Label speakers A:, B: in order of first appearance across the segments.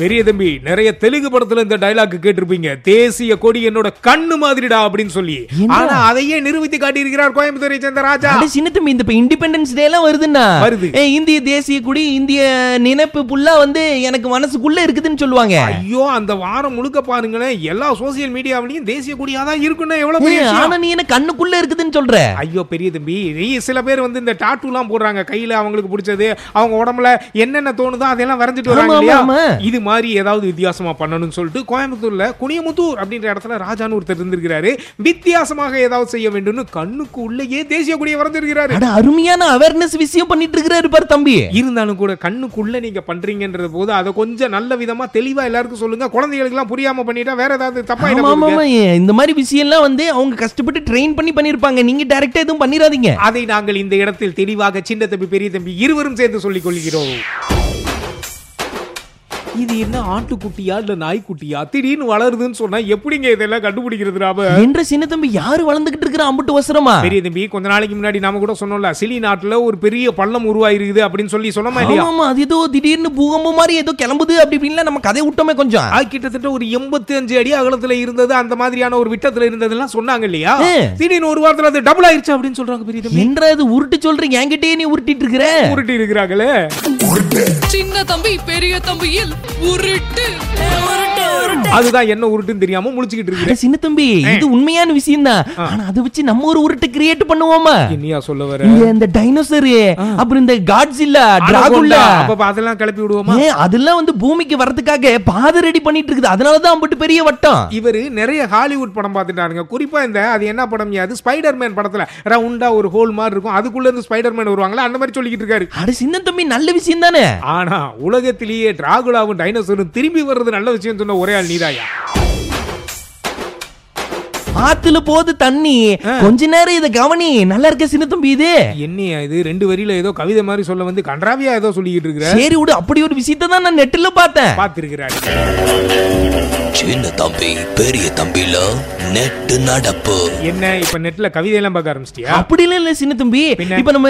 A: பெரிய தம்பி நிறைய தெலுங்கு படத்துல இந்த டைலாக் கேட்டிருப்பீங்க தேசிய கொடி என்னோட கண்ணு மாதிரிடா அப்படின்னு சொல்லி ஆனா அதையே நிரூபித்து காட்டியிருக்கிறார் கோயம்புத்தூரை சேர்ந்த ராஜா
B: அட சின்ன தம்பி இந்த இண்டிபெண்டன்ஸ் டே எல்லாம் வருதுன்னா
A: வருது.
B: ஏய், இந்திய தேசிய குடி இந்திய நினைப்பு புல்லா வந்து எனக்கு மனசுக்குள்ள இருக்குதுன்னு சொல்லுவாங்க
A: ஐயோ அந்த வாரம் முழுக்க பாருங்களேன் எல்லா சோசியல் மீடியாவிலையும் தேசிய கொடியா தான் இருக்குன்னு எவ்வளவு பெரிய
B: ஏய்,
A: விஷயம்.
B: ஆனா நீ என்ன கண்ணுக்குள்ள இருக்குதுன்னு சொல்ற
A: ஐயோ பெரிய தம்பி நீ- சில பேர் வந்து இந்த டாட்டூலாம் போடுறாங்க கையில அவங்களுக்கு பிடிச்சது அவங்க உடம்புல என்னென்ன தோணுதோ அதெல்லாம் வரைஞ்சிட்டு வராங்க
B: ஆமா,
A: இல்லையா
B: ஆமா, ஆமா.
A: இது மாதிரி ஏதாவது வித்தியாசமா பண்ணணும்னு சொல்லிட்டு கோயம்புத்தூர்ல குனியமுத்தூர் அப்படின்ற இடத்துல ராஜான்னு ஒருத்தர் இருந்திருக்கிறாரு வித்தியாசமாக ஏதாவது செய்ய வேண்டும்னு கண்ணுக்கு உள்ளேயே தேசிய கொடியை வரைஞ்சிருக்கிறாரு
B: அட அருமையான அவேர்னஸ் விஷயம் பண்ணிட்டு இருக்கிறாரு பாரு தம்பி
A: இருந்தாலும் கூட கண்ணுக்குள்ள நீங்க பண்றீங்கன்றது போது அதை கொஞ்சம் நல்ல விதமா தெளிவா எல்லாருக்கும் சொல்லுங்க குழந்தைகளுக்கு எல்லாம் புரியாம பண்ணிட்டா வேற ஏதாவது தப்பா
B: ஆமா ஆமா
A: என்ன
B: ஆமா ஏ, இந்த மாதிரி விஷயம்லாம் வந்து அவங்க கஷ்டப்பட்டு ட்ரெயின் பண்ணி பண்ணிருப்பாங்க நீங்க டைரக்டா எதுவும் பண்ணிராதீங்க
A: அதை நாங்கள் இந்த இடத்தில் தெளிவாக சின்ன தம்பி பெரிய தம்பி இருவரும் சேர்ந்து சொல்லிக் கொள்கிறோம் இது என்ன ஆட்டுக்குட்டியா இல்ல நாய்க்குட்டியா திடீர்னு வளருதுன்னு சொன்னா எப்படிங்க இதெல்லாம் கண்டுபிடிக்கிறது நாம
B: என்ற சின்ன தம்பி யாரு வளர்ந்துகிட்டு இருக்கிற அம்புட்டு வசரமா
A: பெரிய தம்பி கொஞ்ச நாளைக்கு முன்னாடி நாம கூட சொன்னோம்ல சிலி நாட்டுல ஒரு பெரிய பள்ளம் உருவாயிருக்குது அப்படின்னு சொல்லி சொன்னோமா
B: ஆமா
A: இல்லையா
B: ஆமா அது ஏதோ திடீர்னு பூகம்பம் மாதிரி ஏதோ கிளம்புது அப்படி இப்படின்லாம் நம்ம கதை விட்டோமே கொஞ்சம்
A: அது கிட்டத்தட்ட ஒரு 85 அடி அகலத்துல இருந்தது அந்த மாதிரியான ஒரு விட்டத்துல இருந்ததுலாம் சொன்னாங்க இல்லையா
B: ஆ.
A: திடீர்னு ஒரு வாரத்துல அது டபுள் ஆயிருச்சு அப்படின்னு சொல்றாங்க பெரிய தம்பி
B: என்ற அது உருட்டு சொல்றீங்க என்கிட்டயே நீ உருட்டிட்டு இருக்கிற
A: உருட்டி இருக்கிறாங்களே
C: சின்ன தம்பி பெரிய தம்பியில் உருட்டு
A: அதுதான் என்ன உருட்டுன்னு தெரியாம முழிச்சுக்கிட்டு இருக்கு
B: அட சின்ன தம்பி இது உண்மையான விஷயம் தான் ஆனா அதை வச்சு நம்ம ஒரு உருட்டு கிரியேட் பண்ணுவோமா
A: என்னையா சொல்ல வர
B: இந்த இந்த டைனோசர் அப்புறம் இந்த காட்ஸில்லா டிராகுல்லா
A: அப்ப அப்ப அதெல்லாம் கிளப்பி விடுவோமா
B: ஏன் அதெல்லாம் வந்து பூமிக்கு வரதுக்காக பாதை ரெடி பண்ணிட்டு இருக்குது அதனாலதான் அம்புட்டு பெரிய வட்டம்
A: இவரு நிறைய ஹாலிவுட் படம் பார்த்துட்டாருங்க குறிப்பா இந்த அது என்ன படம் அது ஸ்பைடர்மேன் படத்துல ரவுண்டா ஒரு ஹோல் மாதிரி இருக்கும் அதுக்குள்ள இருந்து ஸ்பைடர்மேன் வருவாங்களா அந்த மாதிரி சொல்லிக்கிட்டு இருக்காரு
B: அட சின்ன தம்பி நல்ல விஷயம் தானே
A: ஆனா உலகத்திலேயே டிராகுலாவும் டைனோசரும் திரும்பி வர்றது நல்ல விஷயம் சொன்ன ஒரே ஆள் நீதாயா
B: ஆத்துல போது தண்ணி கொஞ்ச நேரம் இத கவனி நல்லா இருக்க சின்ன தம்பி இது
A: என்னையா இது ரெண்டு வரியில ஏதோ கவிதை மாதிரி சொல்ல வந்து கன்றாவியா ஏதோ சொல்லிக்கிட்டு இருக்கிற
B: சரி விடு அப்படி ஒரு விஷயத்தை தான் நான் நெட்டில் பார்த்தேன்
A: பார்த்திருக்கிறாரு
D: சின்ன தம்பி பெரிய தம்பில நெட்டு நடப்பு
A: என்ன இப்ப நெட்ல கவிதை எல்லாம் பார்க்க ஆரம்பிச்சிட்டியா
B: அப்படிலாம் இல்ல சின்ன தம்பி இப்ப நம்ம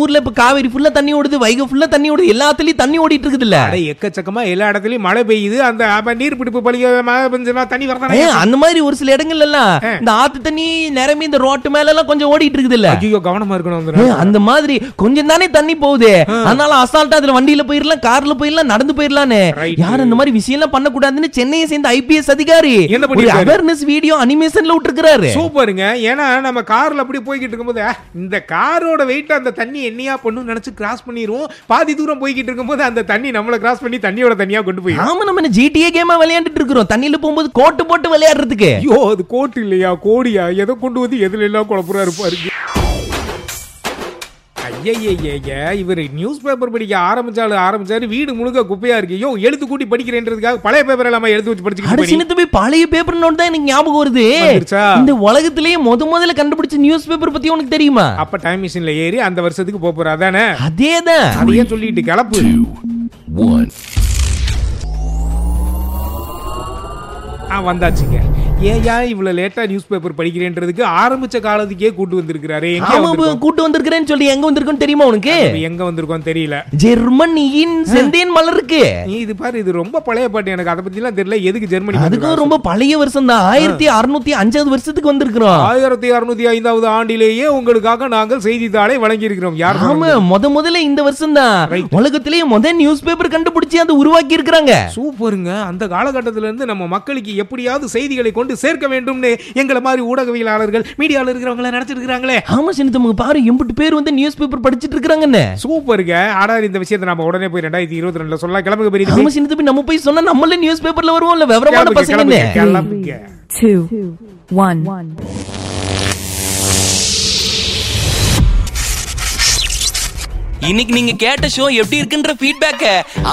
B: ஊர்ல இப்ப காவேரி ஃபுல்லா தண்ணி ஓடுது வைகை ஃபுல்லா தண்ணி ஓடுது எல்லாத்துலயும் தண்ணி ஓடிட்டு இருக்குது இல்ல
A: அட எக்கச்சக்கமா எல்லா இடத்துலயும் மழை பெய்யுது அந்த அப்ப நீர்பிடிப்பு பலிக மழை பெஞ்சுனா தண்ணி வரதானே
B: அந்த மாதிரி ஒரு சில இடங்கள்ல எல்லாம் இந்த ஆத்து தண்ணி நிரம்பி இந்த ரோட்டு மேல எல்லாம் கொஞ்சம் ஓடிட்டு இருக்குது இல்ல
A: ஐயோ கவனமா இருக்கணும் அந்த நேரம்.
B: அந்த மாதிரி கொஞ்சம் தானே தண்ணி போகுது அதனால அசால்ட்டா அதுல வண்டியில போயிடலாம் கார்ல போயிடலாம் நடந்து போயிடலாம்னு
A: Right.
B: யார் இந்த மாதிரி விஷயம் எல்லாம் பண்ணக்கூடாதுன்னு சென்னையை சேர்ந்த ஐபிஎஸ் அதிகாரி
A: என்ன
B: ஒரு
A: பண்ணிருக்காரு?
B: அவேர்னஸ் வீடியோ அனிமேஷன்ல விட்டுருக்காரு
A: சூப்பருங்க ஏன்னா நம்ம கார்ல அப்படி போய்கிட்டு இருக்கும்போது அஹ், இந்த காரோட வெயிட் அந்த தண்ணி என்னையா பண்ணும் நினைச்சு கிராஸ் பண்ணிடுவோம் பாதி தூரம் போய்கிட்டு இருக்கும்போது அந்த தண்ணி நம்மள கிராஸ் பண்ணி தண்ணியோட தண்ணியா கொண்டு போய்
B: ஆமா நம்ம ஜிடிஏ கேமா விளையாண்டுட்டு இருக்கிறோம் தண்ணியில போகும்போது கோட்டு போட்டு விளையாடுறதுக்கு
A: ஐயோ அது கோட்டு இல்லையா கோடியா எதை கொண்டு வந்து எதுல எல்லாம் குழப்பரா இருப்பாரு ஐயையே இவர் நியூஸ் பேப்பர் படிக்க ஆரம்பிச்சாலும் ஆரம்பிச்சாரு வீடு முழுக்க குப்பையா இருக்கு ஐயோ எழுத்து கூட்டி படிக்கிறேன்றதுக்காக பழைய பேப்பர் எல்லாமே எழுத்து வச்சு
B: அட
A: படிச்சுக்கிட்டு
B: சின்ன தம்பி பழைய பேப்பர் நோட் தான் எனக்கு ஞாபகம் வருது
A: வந்துருச்சா?
B: இந்த உலகத்திலேயே முத முதல்ல கண்டுபிடிச்ச நியூஸ் பேப்பர் பத்தி உனக்கு தெரியுமா
A: போனீங்க. அப்ப டைம் மிஷின்ல ஏறி அந்த வருஷத்துக்கு போப் போறா அதானே
B: அதேதான்
A: அதையே சொல்லிட்டு கிளப்பு
D: ஒன்
A: ஆ வந்தாச்சுங்க ஏயா இவ்வளவு லேட்டா நியூஸ் பேப்பர் படிக்கிறேன்றதுக்கு ஆரம்பிச்ச காலத்துக்கே கூட்டு வந்திருக்கிறாரு எங்க
B: ஆமா இப்ப
A: வந்திருக்கோம்
B: கூட்டு வந்திருக்கிறேன்னு சொல்லி எங்க வந்திருக்குன்னு தெரியுமா உனக்கு
A: இப்ப எங்க வந்திருக்கோம் தெரியல
B: ஜெர்மனியின் செந்தேன் மலருக்கு
A: நீ இது பாரு இது ரொம்ப பழைய பாட்டு எனக்கு அதை பத்தி எல்லாம் தெரியல எதுக்கு ஜெர்மனி
B: அதுக்கும் ரொம்ப பழைய வருஷம் தான் ஆயிரத்தி அறுநூத்தி அஞ்சாவது வருஷத்துக்கு வந்திருக்கிறோம்
A: ஆயிரத்தி அறுநூத்தி ஐந்தாவது ஆண்டிலேயே உங்களுக்காக நாங்கள் செய்தித்தாளை வழங்கியிருக்கிறோம் யார்
B: ஆமா முத முதல்ல இந்த வருஷம் தான்
A: Right.
B: உலகத்திலேயே முத நியூஸ் பேப்பர் கண்டுபிடிச்சு அதை உருவாக்கி இருக்கிறாங்க
A: சூப்பருங்க அந்த காலகட்டத்தில இருந்து நம்ம மக்களுக்கு எப்படியாவது செய்திகளை கொண்டு சேர்க்க வேண்டும்னு எங்களை மாதிரி ஊடகவியலாளர்கள் மீடியாவில் இருக்கிறவங்கள நினைச்சிருக்கிறாங்களே
B: ஆமா சின்னத்தம்மா பாரு எம்பிட்டு பேர் வந்து நியூஸ் பேப்பர் படிச்சிட்டு இருக்கிறாங்கன்னு
A: சூப்பருங்க ஆனா இந்த விஷயத்தை நம்ம உடனே போய் ரெண்டாயிரத்தி இருபத்தி ரெண்டுல சொல்ல கிளம்புக பெரிய
B: ஆமா சின்னத்தம்பி நம்ம போய் சொன்னா நம்மளே நியூஸ் பேப்பர்ல வருவோம்ல விவரமான
A: கிளம்புங்க,
B: பசங்கன்னு
A: கிளம்புங்க, கிளம்புங்க.
C: two, one.
B: இன்னைக்கு நீங்க கேட்ட ஷோ எப்படி இருக்குன்ற ஃபீட்பேக்க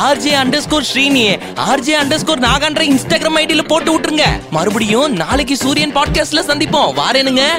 B: RJ underscore Srini RJ underscore நாகான்ற இன்ஸ்டாகிராம் ஐடியில போட்டு விட்டுருங்க மறுபடியும் நாளைக்கு சூரியன் பாட்காஸ்ட்ல சந்திப்போம் வாரேனுங்க